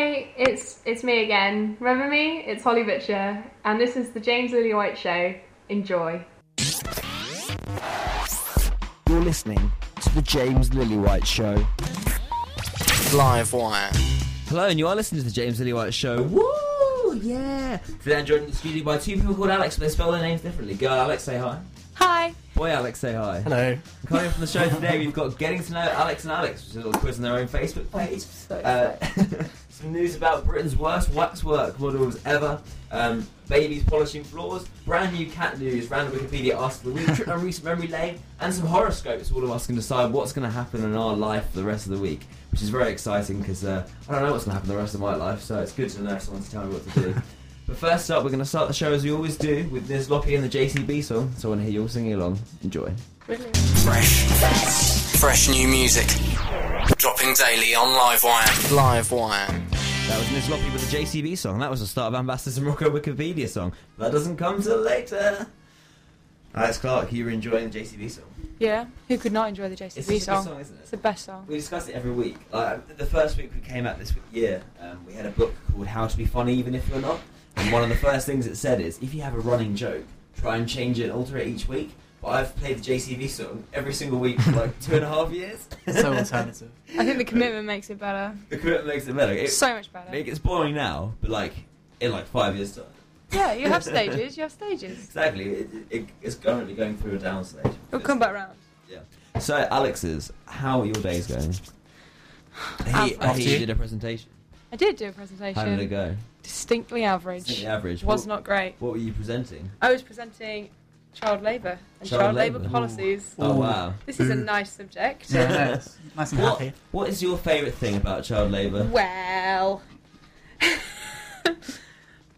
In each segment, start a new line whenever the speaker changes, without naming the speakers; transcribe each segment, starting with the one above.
it's it's me again. Remember me? It's Holly Butcher, and this is the James Lily White Show. Enjoy.
You're listening to the James Lillywhite Show.
Live wire.
Hello, and you are listening to the James Lillywhite Show. Woo! Yeah! Today I'm joined in the studio by two people called Alex, but they spell their names differently. Girl Alex, say hi.
Hi.
Boy Alex, say hi.
Hello.
Coming up on the show today, we've got Getting to Know Alex and Alex, which is a little quiz on their own Facebook page. Uh, some news about Britain's worst waxwork models ever. Um, babies polishing floors. Brand new cat news. Random Wikipedia ask of the week. Trip down recent memory lane. And some horoscopes. All of us can decide what's going to happen in our life for the rest of the week, which is very exciting because uh, I don't know what's going to happen the rest of my life. So it's good to know someone to tell me what to do. But first up, we're going to start the show as we always do with Liz Lockie and the JCB song. So I want to hear you all singing along. Enjoy.
Fresh. Fresh new music. Dropping daily on Livewire. Livewire.
That was Miss Loppy with the JCB song. That was the start of Ambassadors and Rocco Wikipedia song. That doesn't come till later. Alex Clark, you were enjoying the JCB song.
Yeah. Who could not enjoy the
It's
JCB
such a good
song?
song, isn't
It's
it?
the best song.
We discuss it every week. Like, the first week we came out this year, um, we had a book called How to Be Funny Even If You're Not. And one of the first things it said is, if you have a running joke, try and change it and alter it each week. But I've played the JCB song every single week for like two and a half years.
so alternative.
I think the commitment makes it better.
The commitment makes it better. It,
so much better.
it gets boring now, but like in like five years' time.
Yeah, you have stages. You have stages.
Exactly, it, it, it's currently going through a down stage.
We'll come back round.
So, Alex's, how are your days going? He,
Average.
uh, he did a presentation.
I did do a
How did it
presentation.
go?
Distinctly
I think
average.
the average.
Was
what,
not great.
What were you presenting?
I was presenting child labour and
Child
child, labour
labour.
policies.
Oh wow!
This is a
Ooh.
nice subject.
Yeah, no, it's nice and
What,
happy.
what is your favourite thing about child labour?
Well.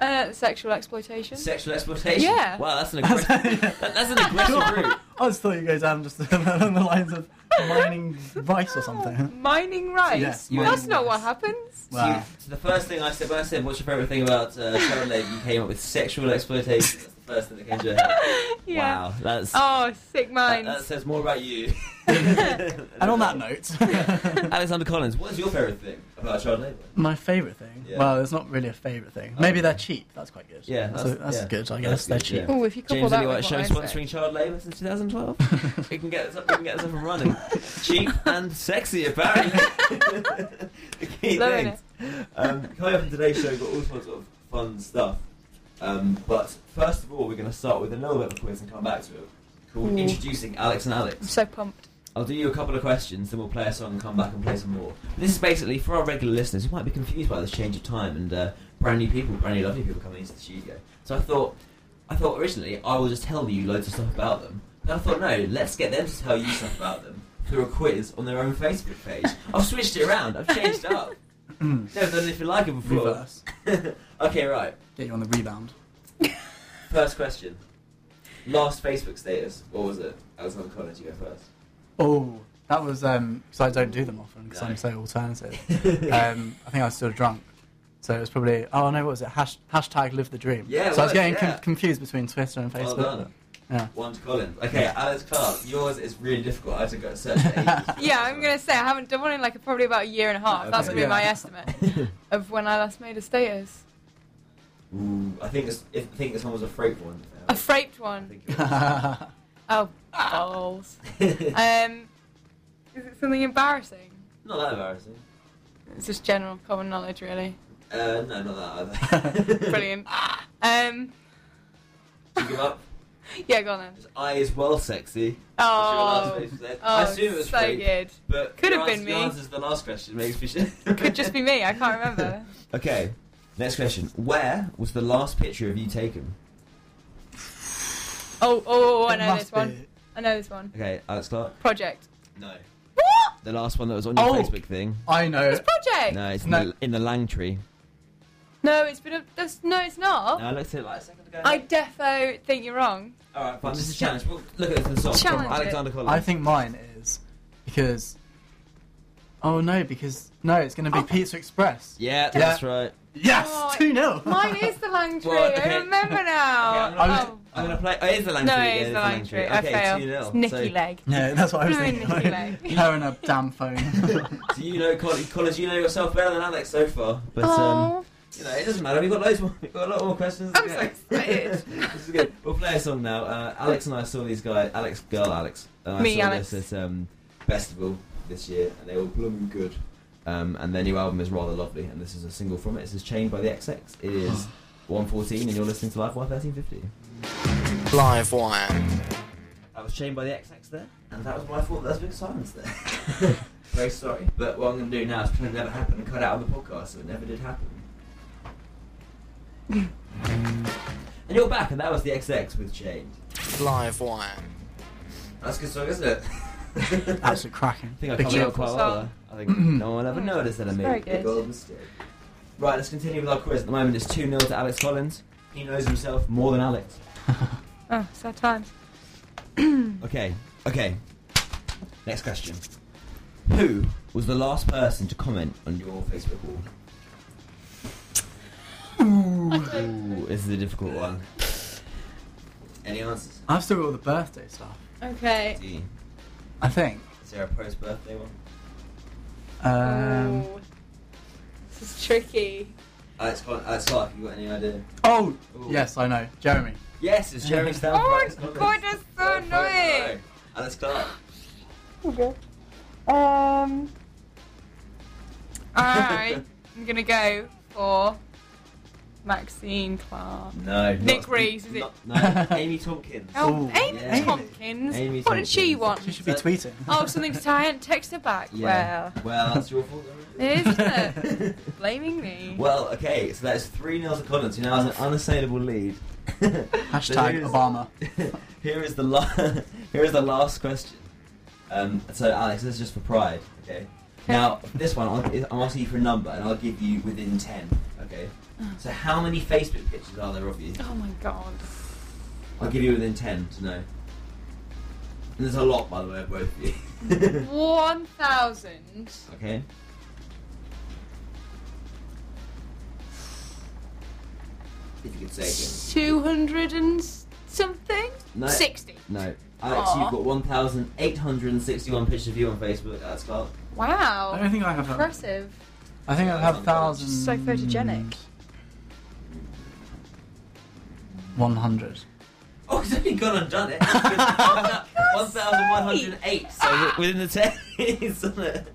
uh, sexual exploitation.
Sexual exploitation.
Yeah.
Wow, that's an aggressive. that, that's an aggressive route.
I just thought you go down just along the lines of mining rice or something.
Ah, Mining rice.
Yes,
You-
That's
mining
not what
rice.
happens.
So, you-
Wow.
so the first thing I said when I said, "What's your favourite thing about uh, child labour?" You came up with sexual exploitation. That's the first thing that came to your head.
Yeah.
Wow, that's
Oh, sick
that,
minds.
that says more about you.
And on that note,
Alexander Collins, what is your favourite thing about child labour?
my favourite thing.
Yeah.
Well, it's not really a favourite thing.
Oh,
Maybe they're
okay.
cheap. That's quite good.
Yeah,
that's,
that's-
that's
yeah.
good. I
That's
guess they're
good,
cheap.
yeah.
Oh, if you couple
James
that
Elliott
with
Show
what I
sponsoring
said.
child labour since 2012. we can get us up, we can get us up and running. Cheap and sexy, apparently. the key
Loving
things. Um, coming up in today's show, we've got all sorts of fun stuff. Um, but first of all, we're going to start with a little bit of a quiz and come back to it. Called
Ooh.
Introducing Alex and
I'm
Alex.
so pumped.
I'll do you a couple of questions, then we'll play a song and come back and play some more. This is basically for our regular listeners who might be confused by this change of time and uh, brand new people, brand new lovely people coming into the studio. So I thought, I thought originally I will just tell you loads of stuff about them. But I thought no, let's get them to tell you stuff about them through a quiz on their own Facebook page. I've switched it around. I've changed it up. Never done anything like it before.
Reverse.
okay, right.
Get you on the rebound.
First question. Last Facebook status. What was it? Alexander Collins, you go first.
Oh, that was um because I don't do them often because
No.
I'm so alternative. um, I think I was still drunk. So it was probably oh no what was it Hash, hashtag live the dream
Yeah, it
so I
was,
was getting
yeah.
com- confused between Twitter and
Well
Facebook
done.
yeah
One to Collins. Okay, Alex Clark, yours is really difficult. I had to go to search for ages.
Yeah, I'm gonna say I haven't done one in like probably about a year and a half. That's gonna
Okay.
be my
Yeah.
estimate of when I last made a status.
Ooh, I think this, I think this one was a freight one.
A fraped
I
one.
think it was.
Oh, balls.
Not
Um, is it something embarrassing?
that embarrassing.
It's just general common knowledge, really.
Uh, no, not that either.
Brilliant. Um,
Did you give up?
yeah, go on then.
His eye is well sexy. That's your last
Oh,
face there. I
oh,
assume it was
so
freight,
good.
but
Could
your
have been
answer- your
me.
answer to the last question makes me sure.
Could just be me. I can't remember.
Okay, next question. Where was the last picture of you taken?
Oh, oh, I
It
know
must
this one.
be-
I know this one.
Okay, Alex Clark.
Project.
No.
What?
The last one that was on your
Oh.
Facebook thing.
I know
It's project.
No, it's
No.
In, the, in the Lang tree.
No, it's been a. That's, no, it's not.
No, I looked at it like a second ago.
Oh. I defo think you're wrong.
All right, fine. This is a challenge. We'll look at this in the song.
Challenge
From Alexander Collins.
I think mine is because oh no because no it's gonna be Pizza Express
Oh. Yeah, that's right.
yes
Oh,
two 0
Mine is the Langtree.
Well, okay.
I remember now.
Okay, I'm
I was,
oh,
I'm gonna play. Oh, it is the Langtree.
No,
yeah,
it is the Langtree. I
Okay,
failed.
2-0.
It's Nicky
so,
Leg.
No, that's what I was
Ruin
thinking.
Nicky Leg.
Her and a damn phone.
So you know, Collins, Collins, you know yourself better than Alex so far. But um,
Oh,
you know, it doesn't matter. We've got loads more. We've got a lot more questions.
I'm so excited.
this is good. We'll play a song now. Uh, Alex and I saw these guys. Alex, girl, Alex. And I
Me,
saw
Alex.
This at um, festival this year, and they were blooming good. Um, and their new album is rather lovely, and this is a single from it. This is Chained by the XX. It is 114, and you're listening to Live Wire 1350.
Live wire.
That was Chained by the XX there, and that was my fault. That was a big silence there. Very sorry. But what I'm going to do now is pretend it never happened and cut it out of the podcast so it never did happen. and you're back, and that was the XX with Chained.
Live wire.
That's a good song, isn't it? I
Absolutely cracking.
think I
Big
covered it up
joke.
quite
song.
well. there. I think no one will ever
Mm.
notice that I
It's
made
very
a big
good.
old mistake. Right, let's continue with our quiz. At the moment, it's 2 0 to Alex Collins. He knows himself more than Alex.
oh, sad times. Hmm.
Okay, okay. Next question. Who was the last person to comment on your Facebook wall? Ooh, this is a difficult one. Any answers?
I've still got all the birthday stuff.
Okay.
D.
I think.
Is there a post birthday one?
Um,
oh, this is tricky.
Alex, Con- Alex Clark, you got any idea?
oh,
Ooh.
yes, I know. Jeremy.
Yes, it's Jeremy Stanford.
Oh my
Alex Collins.
God, that's so
Third point in a
annoying.
row. Alex Clark.
Okay. Um. Alright, I'm gonna go for Maxine Clark.
No.
Nick
not-
Rees, is it?
not- No, Amy Tompkins.
Oh,
Ooh,
Amy
yeah.
Tompkins.
Amy
what did she
Tompkins.
want?
She should be
That-
tweeting.
Oh, something to tie and text her back.
Yeah. Well, that's your fault.
Well, it is, isn't it? Blaming me.
Well, okay, so that's 3 0 to Collins, who now has an unassailable lead.
Hashtag Obama.
here is the la- here is the last question. Um, so Alex, this is just for pride, okay? Now this one, I'll, I'm asking you for a number, and I'll give you within ten, okay? So how many Facebook pictures are there of you?
Oh my god.
I'll give you within ten to know. And there's a lot, by the way, of both of you.
1,000.
okay. If you could say it.
200 and s- something?
No.
60.
No. Alex,
Aw.
you've got 1,861 pictures of you on Facebook. That's Clark.
I
Wow.
don't think I have a,
Impressive.
I think I have thousand.
Just so photogenic.
100.
Oh, he's only gone and done it. 1,108. So wi- within the 10, he's done it.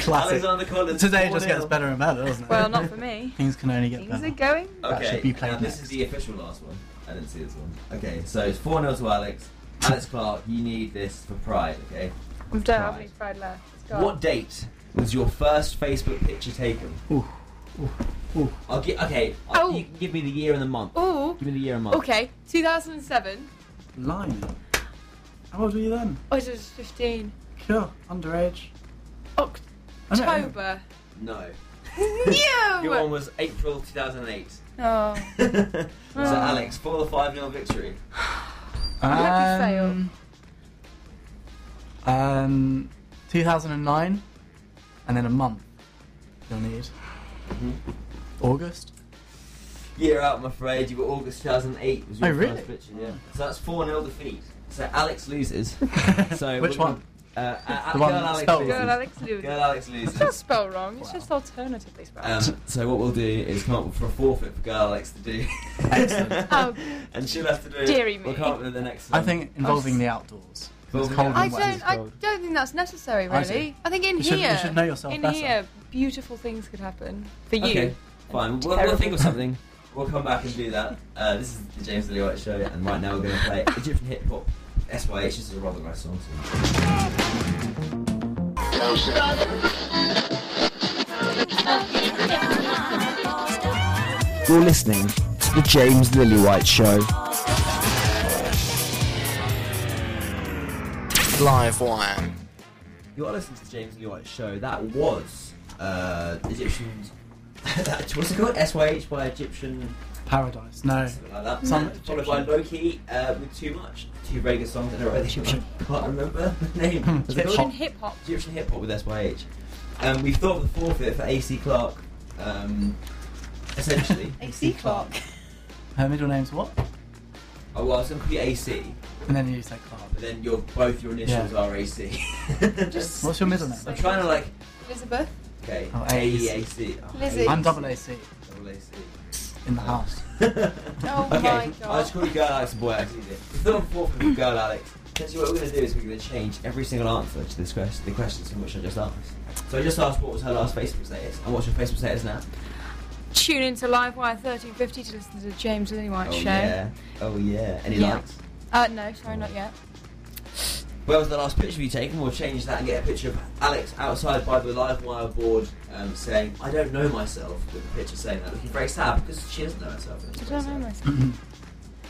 Classic.
Alexander Collins.
Today just gets
4-0.
better and better, doesn't it?
Well, not for me.
Things can only get
Things are
better.
going.
Okay,
should be played
now this
next.
is the official last one. I didn't see this one. Okay, so it's 4 0 to Alex. Alex Clark, you need this for pride, okay?
I don't have any pride left. It's gone.
What date was your first Facebook picture taken?
Ooh, ooh, ooh.
I'll gi- okay, I'll-
Oh.
you can give me the year and the month.
Oh,
Give me the year and month.
okay. 2007.
Blimey. How old were you then?
Oh, it was 15.
Sure, underage. I don't know.
October.
No. Your one
you!
was April 2008.
Oh.
so
Ah.
Alex, for the 5 0 victory.
Happy fail.
Um, um, 2009, and then a month you'll need.
Mm-hmm.
August?
Year out, I'm afraid. You got August 2008 was your
Oh, really?
first picture. Yeah. So that's 4 0 defeat. So Alex loses. so we're
Which one?
gonna- Uh, uh,
The one
girl,
that's
Alex
spelled
loses.
Girl, Alex Lewis.
Girl Alex
It's not
loses.
spelled wrong, it's
Wow.
just alternatively spelled.
Um, so what we'll do is come up with a forfeit for Girl Alex to do.
Excellent.
Oh.
and she'll have to do it.
Deary
We'll
me.
come up with the next
I
one.
think involving the outdoors. 'cause It's
Involving
cold
the
I
and
outdoors.
wet.
don't. I don't think that's necessary,
I see.
really. I, think in
You should- you
here,
should know yourself
in
better.
here, beautiful things could happen for you.
Okay, fine. We'll, we'll
Terrible.
think of something. We'll come back and do that. Uh, this is the James Lee White Show, and right now we're going to play Egyptian hip hop. SYH This is a rather nice song. So.
You're listening to the James Lillywhite Show.
Live wire.
You are listening to the James Lee White Show. That was uh, Egyptian. that, what's it called? SYH by Egyptian.
Paradise. No.
Something like that.
Some
followed by Loki uh, with Too Much. Two reggae songs in a row that you can't remember the name. Was it
Egyptian
called?
hip hop.
Egyptian hip hop with SYH. Um, we've thought of the forfeit for AC Clark, um, essentially.
AC Clark.
Her middle name's what?
I oh, well, I was going to call you AC,
And then you use like Clark.
but then your both your initials are AC. Just,
What's your middle name?
I'm trying to like,
Elizabeth.
okay,
Oh,
AEAC. Oh,
Lizzie.
I'm double AC
double AC.
in the house.
Oh
okay,
my
I'll just
god.
call you Girl Alex and Boy Alex. easier. If not fourth of you, Girl Alex, essentially what we're going to do is we're going to change every single answer to this question, the questions from which I just asked. So I just asked what was her last Facebook status, and what's your Facebook status now?
Tune into Livewire 1350 to listen to the James Lillywhite
oh
show.
yeah, oh yeah. Any
Yeah.
likes?
Uh, no, sorry, not yet.
Where was the last picture you taken? We'll change that and get a picture of Alex outside by the live wire board um, saying, I don't know myself, with the picture saying that, looking very sad because she doesn't know herself. and it's
I
very
don't know
sad.
myself.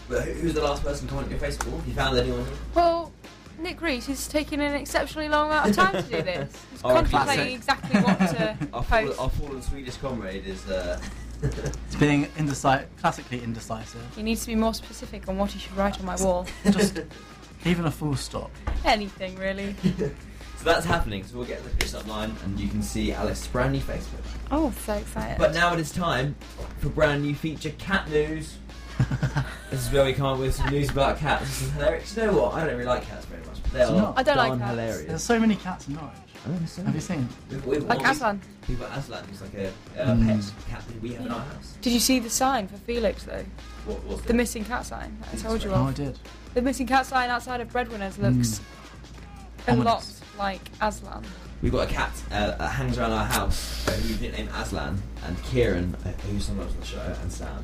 But who, who's the last person to comment on your Facebook? Have you found anyone?
Well, Nick Reese is taking an exceptionally long amount of time to do this. He's
Oh,
contemplating exactly what to
Our, fall,
post.
our fallen Swedish comrade is. Uh,
It's being indecisive, classically indecisive.
He needs to be more specific on what he should write on my wall.
Just even a full stop.
Anything, really.
so that's happening, so we'll get the picture online and you can see Alex's brand new Facebook.
Oh, so excited.
But now it is time for brand new feature cat news. This is where we come up with some news about cats. This is hilarious. You know what? I don't really like cats very much, but they
It's
are
not-
I don't like
darn
cats.
There's
hilarious.
so many cats in Norwich. Have you seen?
We've, we've
like
always-
Aslan.
People at Aslan, who's like a, a
Mm.
pet cat that we have in our house.
Did you see the sign for Felix, though?
What was
The missing cat sign that I told you
Oh, I
of.
did.
The missing cat sign outside of Breadwinners looks a lot
Hmm. Ominous.
like Aslan.
We've got a cat uh, that hangs around our house uh, who we nicknamed Aslan, and Kieran, uh, who's sometimes on the show, and Sam.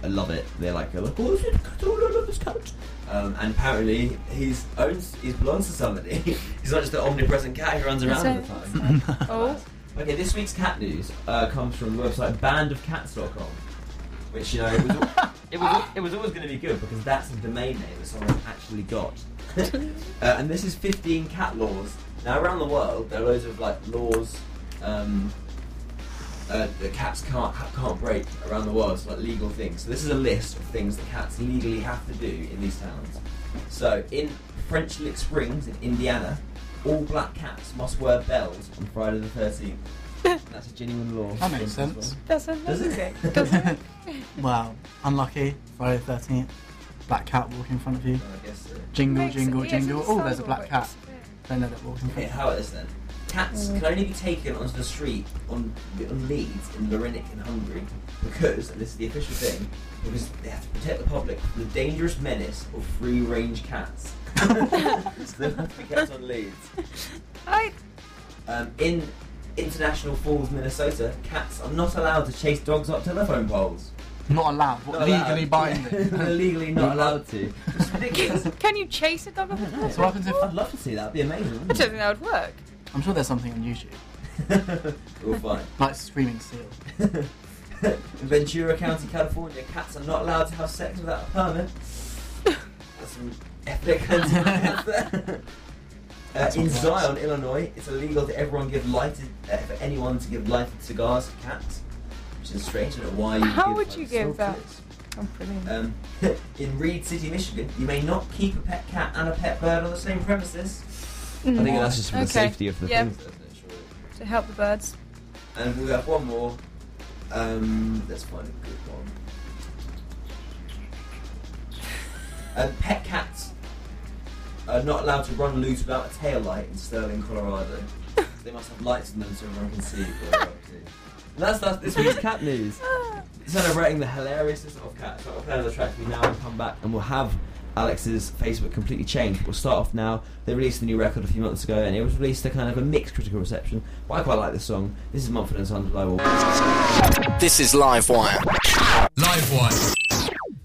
I love it. They're like, oh, this is a cat. Oh, I love this cat. Um, and apparently, he's owns, he belongs to somebody. he's not just an omnipresent cat who runs around all the
So-
time.
Oh,
Okay, this week's cat news uh, comes from the website bandofcats.com, which you know it was, al- it was, it was always going to be good because that's a domain name that someone actually got. uh, and this is 15 cat laws. Now around the world, there are loads of like laws um, uh, that cats can't ha- can't break around the world, so like legal things. So this is a list of things that cats legally have to do in these towns. So in French Lick Springs in Indiana, all black cats must wear bells on Friday the 13th. That's a genuine law.
That makes
As well.
sense.
that's
Does
amazing.
it?
Doesn't it?
Wow. Unlucky. Friday the 13th. Black cat walking in front of you.
Well, I guess so.
Jingle,
Makes-
jingle,
yeah, it's
jingle.
on the
Oh, there's a
sidewalk,
black
but
cat.
it's
Don't let it walk in
Okay,
front.
how about this then?
Mm.
Cats can only be taken onto the street on, on leads in Larinic in Hungary because, and this is the official thing, because they have to protect the public from the dangerous menace of free range cats. so they have to be kept on leads.
I,
Um, in International Falls, Minnesota, cats are not allowed to chase dogs up telephone poles.
Not allowed. What,
Not
legally
allowed. They're
binding. uh,
legally not allowed to. It's ridiculous.
can you chase a dog up a hill?
so what happens if...
I'd love to see that. It'd be amazing.
I don't think that would work.
I'm sure there's something on YouTube.
wouldn't it? We'll find.
Like Screaming Seal.
In Ventura County, California, cats are not allowed to have sex without a permit. That's some epic anti-cats there. Uh, in
what's
Zion, Illinois, it's illegal to everyone give lighted uh, for anyone to give lighted cigars to cats, which is strange. I don't know why you.
How
give,
would
like,
you give that?
cigarettes.
I'm brilliant.
Um, in Reed City, Michigan, you may not keep a pet cat and a pet bird on the same premises. I think that's just for the
Mm. Okay.
safety of the
Yeah.
things, isn't it? Surely.
To help the birds.
And we have one more. Um, let's find a good one. Um, pet cats are not allowed to run loose without a tail light in Sterling, Colorado. they must have lights in them so everyone can see what they're up to. And that's, that's this week's cat news.
Oh.
Celebrating the hilariousness of cats. I'll play another track for you now and come back and we'll have Alex's Facebook completely changed. We'll start off now. They released a new record a few months ago and it was released to kind of a mixed critical reception. But I quite like this song. This is Mumford and Sons by Wall.
This is Livewire.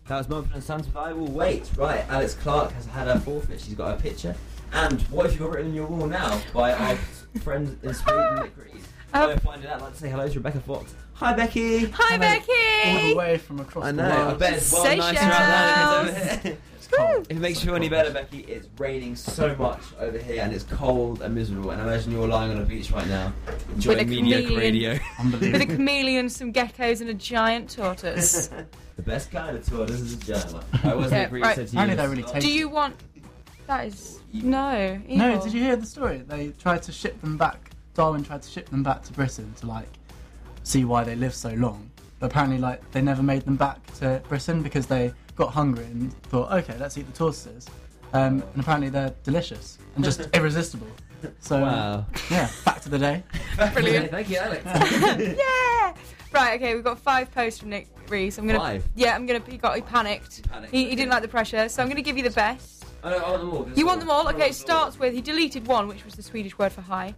That was Mumford and Sons with I Will Wait. Right, Alex Clark has had her forfeit. She's got her picture. And what have you got written on your wall now by our friend in Sweden, Nick Reed?
Oh.
Hello, find it out. I'd like to say hello to Rebecca Fox. Hi, Becky.
Hi,
All the
Becky!
way from across
I
the
know.
world.
I bet it's well nicer out there than it is over here.
It's cold.
If it makes you feel any better, Becky, it's raining so much over here and it's cold and miserable. And I imagine you're lying on a beach right now, enjoying mediocre
chameleon.
radio.
With a
Unbelievable.
chameleon, some geckos, and a giant tortoise.
the best kind of tour. This is a giant one. I wasn't
Yeah,
agreeing
right.
to you.
Apparently they're really
Do you want. That is. No.
No,
evil.
did you hear the story? They tried to ship them back. Darwin tried to ship them back to Britain to like see why they live so long. But apparently, like they never made them back to Britain because they got hungry and thought, okay, let's eat the tortoises. Um, and apparently they're delicious and just irresistible. So
Oh, Wow.
yeah, fact of the day.
Brilliant.
Thank you, Alex.
Yeah. Right. Okay. We've got five posts from Nick Reese. I'm gonna.
Five?
Yeah. I'm gonna. He got. He panicked.
Panicked,
He, he
okay.
didn't like the pressure. So I'm gonna give you the best.
I don't- Oh, I want them all. just
You want them all?
I
Okay. It
them all.
starts with he deleted one, which was the Swedish word for hi.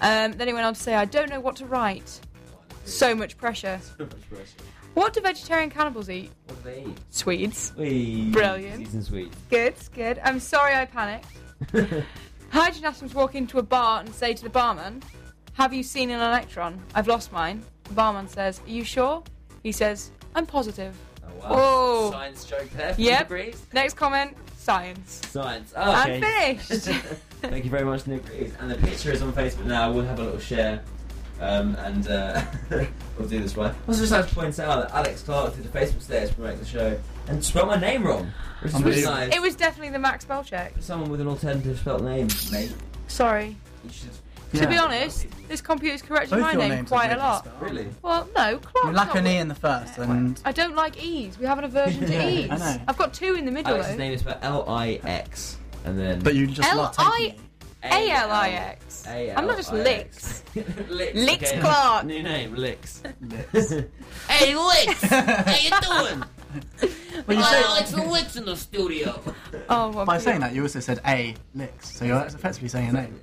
Um, then he went on to say, I don't know what to write. So much pressure.
So much pressure.
What do vegetarian cannibals eat?
What do they eat?
Swedes.
Wee.
Brilliant.
Season sweet.
Good. Good. I'm sorry I panicked. Hydrogen atoms walk into a bar and say to the barman, Have you seen an electron? I've lost mine. The barman says, Are you sure? He says, I'm positive.
Oh, wow.
Oh.
Science joke there.
Yep.
Yep. Degrees.
Next comment, science.
Science. Oh, okay.
I'm finished.
Thank you very much, Nick Reeves. And the picture is on Facebook now. We'll have a little share. Um, and uh, we'll do this one. I also just like to point out that Alex Clark did a Facebook status promoting the show and spelled my name wrong. Which is really
Unbelievable.
nice.
it was definitely the Max spell check.
Someone with an alternative spelt name, mate.
Sorry.
You should.
To be
Yeah.
honest, this computer's corrected
Both
my
your
name
names are
quite a
weirdly
lot.
spelled.
Really?
Well, no, Clark's
You lack
not
an e
weird.
in the first, and
I don't like E's. We have an aversion
Yeah,
to
I
E's.
know.
have got two in the middle
Alex's
though.
name is spelled L I X. And then.
but you just
L
love taking
I-
it.
um,
A L I X. I'm not just licks.
Licks,
Licks Clark.
New name, Licks.
Hey, Licks! How you doing?
Well, you
Uh,
say,
Alex and Licks in the studio.
Oh, well,
by saying that, you also said a licks, so you're effectively saying a name.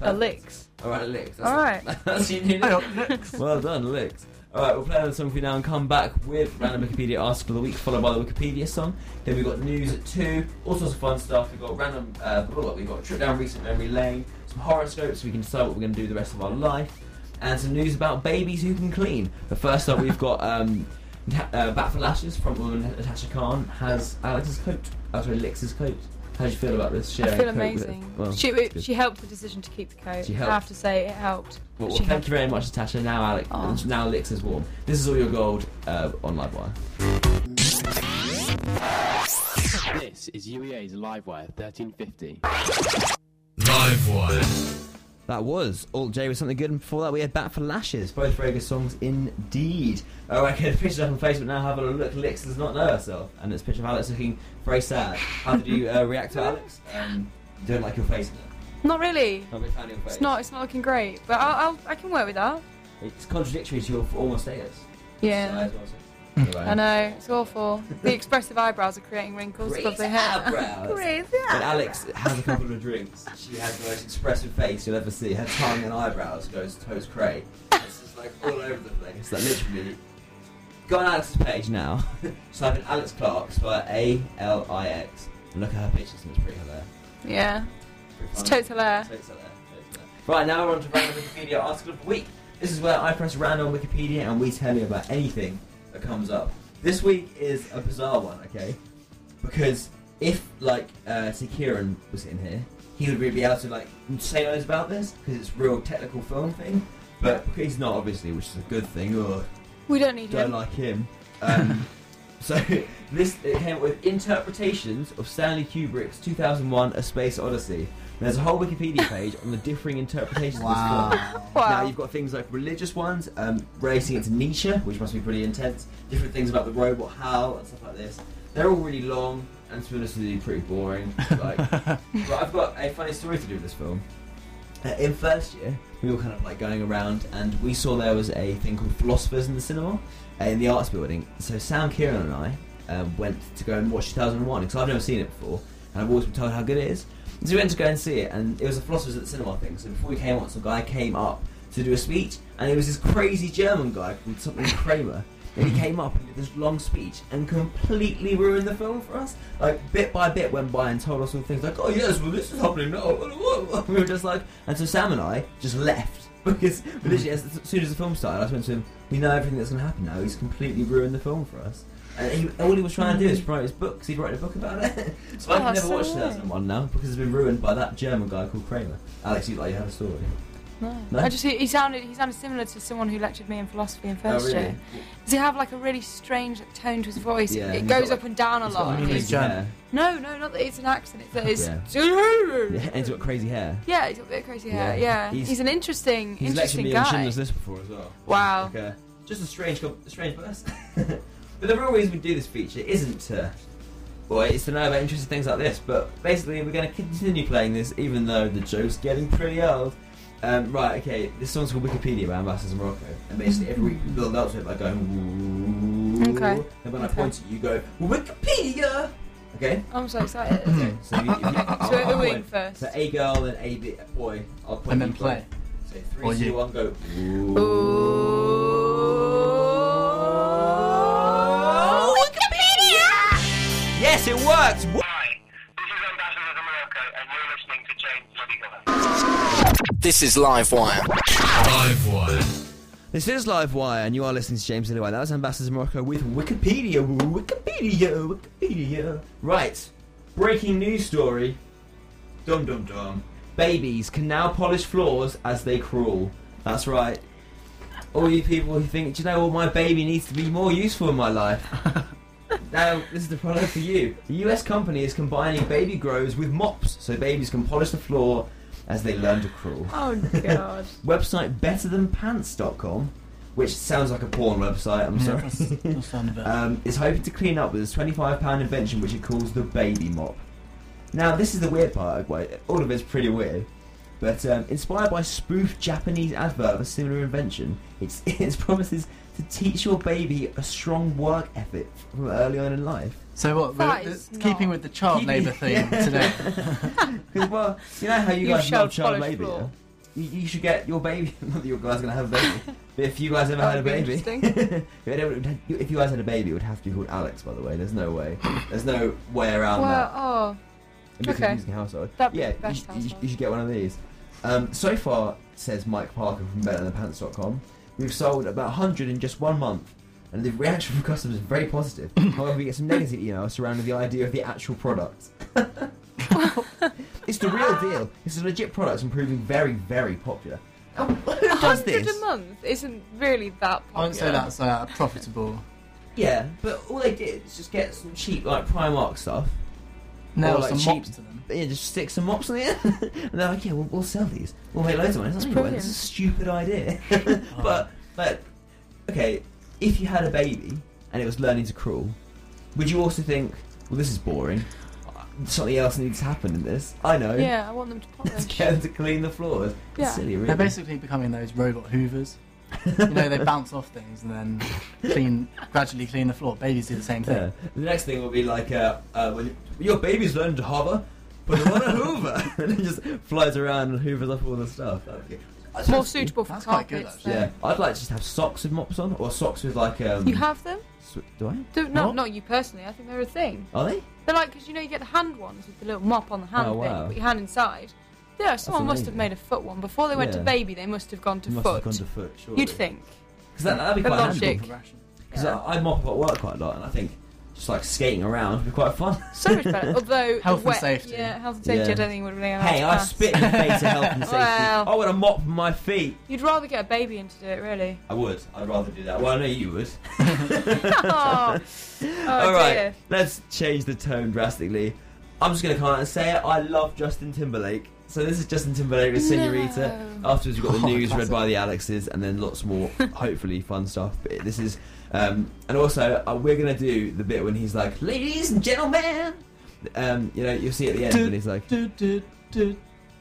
uh,
a licks.
Alright, Licks.
All right.
That's your new
Hey,
name.
up, licks.
Well done, Licks. Alright, we'll play another song for you now and come back with random Wikipedia article of the week, followed by the Wikipedia song. Then we've got news at two, all sorts of fun stuff. We've got random, uh, blah, blah, blah. we've got trip down recent memory lane, some horoscopes, we can decide what we're going to do the rest of our life, and some news about babies who can clean. But first up, we've got um, Nat- uh, Bat for Lashes, frontwoman Natasha Khan has Alex's coat. Oh, sorry, Lix's coat. How do you feel about this? Sharing
I feel
a coat with-
amazing.
well,
she
it's good.
she helped the decision to keep the coat.
She
I
helped.
have to say it helped.
Well, well,
she Oh.
thank you very much, Natasha. Now, Alex,
Aw.
now Lix is warm. This is all your gold uh, on Livewire.
This is UEA's Livewire 1350.
That was Alt J with something good, and before that we had Bat for Lashes, both very good songs indeed. All right, get a picture up on Facebook now. Have a look. Lix does not know herself, and it's a picture of Alex looking very sad. How did you uh, react to Alex? Um, you don't like your face.
Not really.
Not a big fan of your face.
It's not. It's not looking great. But I'll, I'll I can work with that.
It's contradictory to your former status.
Yeah. I know. It's awful. the expressive eyebrows are creating wrinkles above the hair.
eyebrows.
Crazy
When
eyebrows.
Alex has a couple of drinks, she has the most expressive face you'll ever see. Her tongue and eyebrows goes toes cray. It's just like all over the place. Like literally. Go on Alex's page now. so I've been Alex Clark, spelled A L I X. And look at her pictures, and it's pretty hilarious.
Yeah.
Pretty
It's
funny.
total air.
Totes out there, totes out there. Right, now we're on to Random Wikipedia Article of the Week. This is where I press random on Wikipedia and we tell you about anything that comes up. This week is a bizarre one, okay? Because if, like, uh, Sir Kieran was in here, he would really be able to, like, say loads about this because it's real technical film thing. But because he's not, obviously, which is a good thing, or
We don't need
don't
him.
like him. Um, so this it came up with interpretations of Stanley Kubrick's 2001: A Space Odyssey. And there's a whole Wikipedia page on the differing interpretations of this film.
Wow.
Wow.
Now you've got things like religious ones, um, racing into Nietzsche, which must be pretty intense. Different things about the robot Hal and stuff like this. They're all really long and to be honest with you, pretty boring. Like, but I've got a funny story to do with this film. Uh, in first year, we were kind of like going around, and we saw there was a thing called Philosophers in the Cinema uh, in the Arts Building. So Sam, Kieran, and I um, went to go and watch 2001 because I've never seen it before, and I've always been told how good it is. So we went to go and see it, and it was a Philosophers at the Cinema thing. So before we came on, some guy came up to do a speech, and it was this crazy German guy called something Kramer. And he came up and did this long speech and completely ruined the film for us. Like bit by bit went by and told us all things like, "Oh yes, well this is happening now." We were just like, and so Sam and I just left because we literally as, as soon as the film started, I just went to him. We know everything that's going to happen now. He's completely ruined the film for us. And he, all he was trying to do is write his book 'cause he'd written a book about it. so I
Oh,
can never
so
watch
weird.
2001 now because it's been ruined by that German guy called Kramer. Alex, you like you have a story?
No.
No?
I just he, he sounded he sounded similar to someone who lectured me in philosophy
Oh,
in first year. Does he have like a really strange tone to his voice?
Yeah,
it
he's
goes
got, like-
up and down a
He's got
lot.
crazy
He's German.
hair.
No, no, not that it's an accent. It's that it's.
Yeah,
Yeah.
and he's got crazy hair.
he's got a bit crazy hair.
Yeah.
Yeah,
He's-
He's, an interesting,
He's lectured
interesting
me on
guy.
Schindler's List before as well.
Wow.
Like, uh, just a strange, co- strange person. but the real reason we do this feature isn't to Well, it's to know about interesting things like this, but basically we're going to continue playing this even though the joke's getting pretty old. Um, right, okay, this song's called Wikipedia by Ambassadors of Morocco, and basically every week we build up to it by going.
Okay.
And when I
Okay.
point at you, you go Wikipedia. Okay.
I'm so excited.
Okay. So you, you,
Hmm. So who
point.
win first?
So a girl and a b- boy. I'll point
And then
you both.
play.
So
Or
three, two,
you.
one, go.
Oh, Ooh. Wikipedia!
Yes, it works.
This is Livewire.
This is Live Wire, and you are listening to James Lillywhite. That was Ambassadors of Morocco with Wikipedia. Wikipedia, Wikipedia. Right. Breaking news story. Dum dum dum. Babies can now polish floors as they crawl. That's right. All you people who think, do you know what, my baby needs to be more useful in my life. now, this is the product for you. The US company is combining baby grows with mops so babies can polish the floor as they learn to crawl
Oh god.
website betterthanpants.com, which sounds like a porn website, I'm
Yeah,
sorry,
that's, that's sound of it.
um, is hoping to clean up with its £25 invention, which it calls the baby mop. Now, this is the weird part, like, all of it's pretty weird. But um, inspired by spoofed Japanese advert of a similar invention, it's, it promises to teach your baby a strong work ethic from early on in life.
so what?
That
we're-
is
it's keeping
not-
with the child
Keeping-
labour theme today.
Because well, you know how you,
You
guys
shall
love child
polish
baby.
floor.
yeah? You, you should get your baby. Not that your guys are gonna have a baby, but if you guys ever
That
had a
would be
baby, if it ever- if you guys had a baby, it would have to be called Alex. By the way, there's no way. There's no way around
Well,
that.
oh.
It'd be
okay.
confusing household.
That'd be
yeah,
the best
you, should- you should-
household.
you should get one of these. Um, so far, says Mike Parker from BetterThanPants.com, we've sold about 100 in just one month. And the reaction from customers is very positive. However, we get some negative emails surrounding the idea of the actual product. it's the real deal. It's a legit product and proving very, very popular. Now, Who does
100
this?
a month isn't really that popular.
I wouldn't say that's uh, profitable.
Yeah, but all they did is just get some cheap, like Primark stuff.
Nail
like
some
cheap-
mops to them.
yeah, just stick some mops on the end. and they're like, yeah, we'll, we'll sell these. We'll make loads of money. That's brilliant. It's a stupid idea. but, but, okay, if you had a baby and it was learning to crawl, would you also think, well, this is boring. Something else needs to happen in this. I know.
Yeah, I want them to
Let's
polish.
get them to clean the floors. It's
Yeah.
silly, really.
They're basically becoming those robot hoovers. You know, they bounce off things and then clean, gradually clean the floor. Babies do the same thing.
Yeah. The next thing will be like, uh, uh, when your baby's learning to hover, put them on a hoover. and it just flies around and hoovers up all the stuff. That'd be-
More suitable for
That's quite good,
carpets.
actually.
though.
Yeah, I'd like to just have socks with mops on, or socks with like um.
You have them?
sw- do I?
Do, no,
What?
not you personally. I think they're a thing.
Are they?
They're like because you know you get the hand ones with the little mop on the hand
Oh,
thing.
wow.
You put your hand inside. Yeah, someone must have
amazing.
made a foot one before they went to
Yeah.
baby. They must have gone to
Must
foot.
have gone to foot. Surely.
You'd think.
Because that, that'd be
The
quite
logic.
handy.
Progression.
Because I, I mop up at work quite a lot, and I think just like skating around would be quite fun.
So much better. Oh, Although
Health
the
and
wet,
safety.
Yeah, health and safety.
Yeah.
I don't think would really. allow
hey,
to
I
pass.
spit in the face of health and safety.
Well.
I want to mop my feet.
You'd rather get a baby in to do it, really.
I would. I'd rather do that. Well, I know you would.
oh, oh
All right,
dear.
let's change the tone drastically. I'm just gonna come out and say it. I love Justin Timberlake. So this is Justin Timberlake with Senorita.
No.
Afterwards, we've got the
Oh,
news read
classic.
by the Alexes, and then lots more, hopefully fun stuff. But this is, um, and also uh, we're gonna do the bit when he's like, "Ladies and gentlemen," um, you know, you'll see at the end, and he's like,
Do, do, do,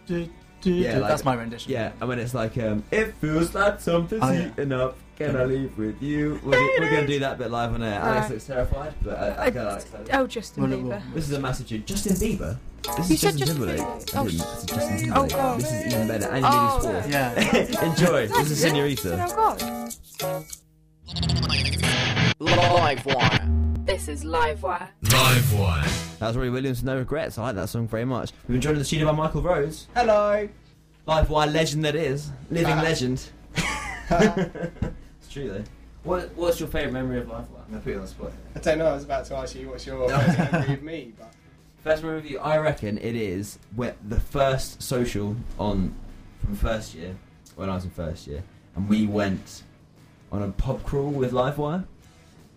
do, do,
Yeah,
do.
like-
That's my rendition.
"Yeah," and when it's like, um, "It feels like something's
Oh, yeah.
heating up. Can I leave with you?" We're, we're gonna do that bit live on air. Alex
Alright.
looks terrified, but uh, I,
I-
kinda like that.
Oh, Justin
Well, it
Bieber.
will-
This is a massive tune. Justin Bieber. This
You
is
said
Justin
Justin
Timberlake.
Timberlake.
I
Oh,
didn't.
sh-
This is Justin
Oh,
Timberlake.
God.
This is even better. And
Oh,
you need
Yeah.
sports. Enjoy. This is
Oh
Senorita.
God.
Livewire.
This is Livewire.
That was Rory Williams with No Regrets. I like that song very much. We've been joined in the studio by Michael Rose. Hello. Live wire legend that is. Living legend. it's true though. What, what's your favourite memory of Live Wire? I'm going to put you on the spot.
I don't know. I was about to ask you what's your first memory of me, but
First memory of you, I reckon it is when the first social on from first year when I was in first year, and we went on a pub crawl with Livewire,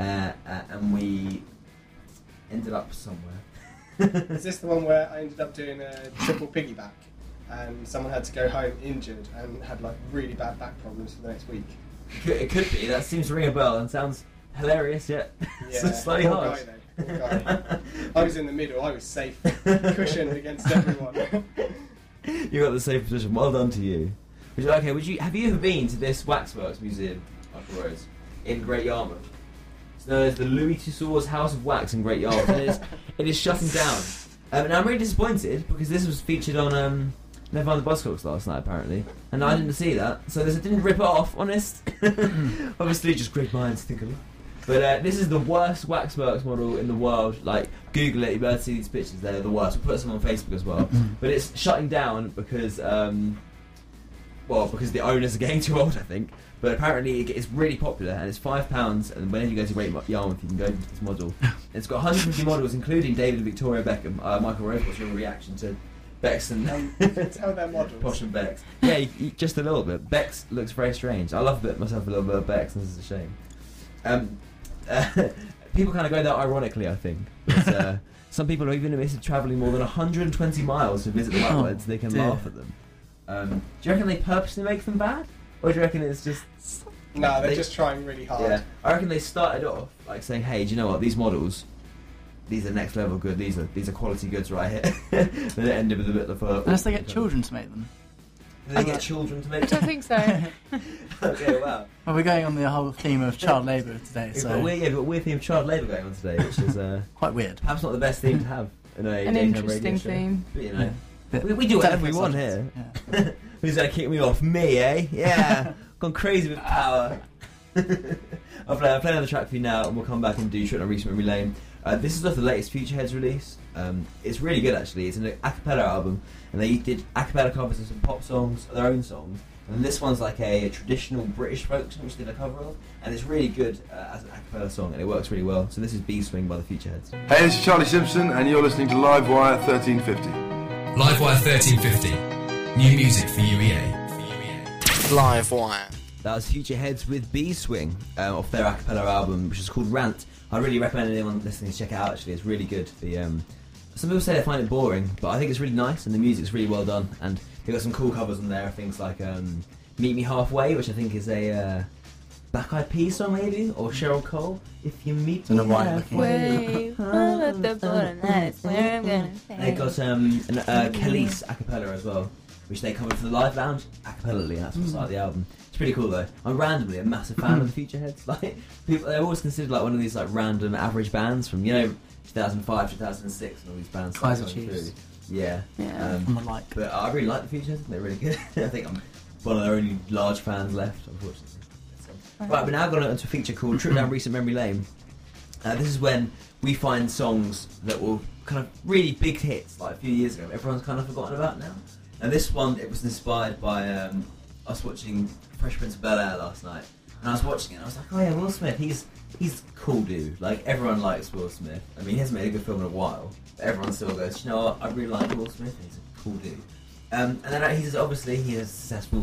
uh, uh, and we ended up somewhere.
is this the one where I ended up doing a triple piggyback, and someone had to go home injured and had like really bad back problems for the next week?
It could, it could be that seems to ring a bell and sounds hilarious yet
Yeah,
slightly
poor
harsh.
guy, though. Sorry. I was in the middle. I was safe, cushioned against everyone.
you got the same position. Well done to you. Would you okay? Would you have you ever been to this waxworks museum, Michael Rose, in Great Yarmouth? It's known as the Louis Tussauds House of Wax in Great Yarmouth, and Oh, it is, it is shutting down. Um, and I'm really disappointed because this was featured on um, Never Mind the Buzzcocks last night, apparently, and I didn't see that, so this I didn't rip it off. Honest, obviously, just great minds think alike. But uh, this is the worst waxworks model in the world. Like, Google it, you'll be able to see these pictures. They're the worst. We'll put some on Facebook as well. but it's shutting down because, um, well, because the owners are getting too old, I think. But apparently, it- it's really popular and it's £5. pounds, And whenever you go to Great Yarmouth, you can go to this model. And it's got 150 models, including David and Victoria Beckham. Uh, Michael Rose, what's your reaction to Bex and.
Um, Tell their models.
Posh and Bex. Yeah, you, you- just a little bit. Bex looks very strange. I love a bit myself a little bit of Bex, and this is a shame. Um, uh, people kind of go there ironically, I think. But, uh, some people are even admitted travelling more than 120 miles to visit the
Oh,
wetlands. they can
dear.
laugh at them. Um, do you reckon they purposely make them bad, or do you reckon it's just?
No, they're
They-
just trying really hard.
Yeah, I reckon they started off like saying, "Hey, do you know what? These models, these are next level good. These are these are quality goods right here." then it ended with a bit of a.
Unless they get children to make them.
They get children to
I
make.
don't think so.
okay, wow.
Well, we're going on the whole theme of child labour today,
We've got a
so
weird, yeah, we've got a weird theme of child labour going on today, which is uh,
quite weird.
perhaps not the best theme to have in a
An
daytime radio
interesting
show.
theme.
But, you know,
Bit-
we, we do whatever we want
delicate subjects,
here.
yeah.
Who's gonna kick me off? Me, eh? Yeah, gone crazy with power. I'll play, I'll play another track for you now, and we'll come back and do Trip on Reach Memory Lane. Uh, this is off the latest Futureheads release. Um, it's really good actually. It's an a cappella album, and they did a cappella covers of some pop songs, their own songs. And this one's like a, a traditional British folk song, which they did a cover of, and it's really good uh, as an a cappella song, and it works really well. So this is B Swing by the Futureheads.
Hey, this is Charlie Simpson, and you're listening to Livewire 1350.
Livewire 1350. New music for E UEA.
Live wire.
That was Future Heads with B Swing um, off their a cappella album, which is called Rant. I really recommend anyone listening to check it out. Actually, it's really good. The um, some people say they find it boring, but I think it's really nice, and the music's really well done. And they've got some cool covers on there of things like um, "Meet Me Halfway," which I think is a uh, Black Eyed Peas song, maybe, or Cheryl Cole. If you meet
Don't
me
know why I'm looking
halfway.
Wave, pull at the bottom, that is where I'm gonna
And They got um, an, uh, Khalees a cappella as well, which they covered for the Live Lounge a cappella. and That's what's like the album. It's pretty cool though. I'm randomly a massive fan of the Futureheads. Like people, they're always considered like one of these like random average bands from you know 2005, 2006, and all these bands. that
Kaiser
come
Chiefs.
through. Yeah.
Yeah.
Um,
And the like.
but I really like the Futureheads. They're really good. I think I'm one of their only large fans left, unfortunately. Right, we're now going on to a feature called Trip Down Recent Memory Lane. Uh, this is when we find songs that were kind of really big hits like a few years ago. Everyone's kind of forgotten about now. And this one, it was inspired by um, us watching Fresh Prince of Bel Air last night. And I was watching it, and I was like, oh yeah, Will Smith, he's he's cool dude. Like everyone likes Will Smith. I mean, he hasn't made a good film in a while, but everyone still goes, you know, what? I really like Will Smith. He's a cool dude. Um, and then uh, he's obviously he is successful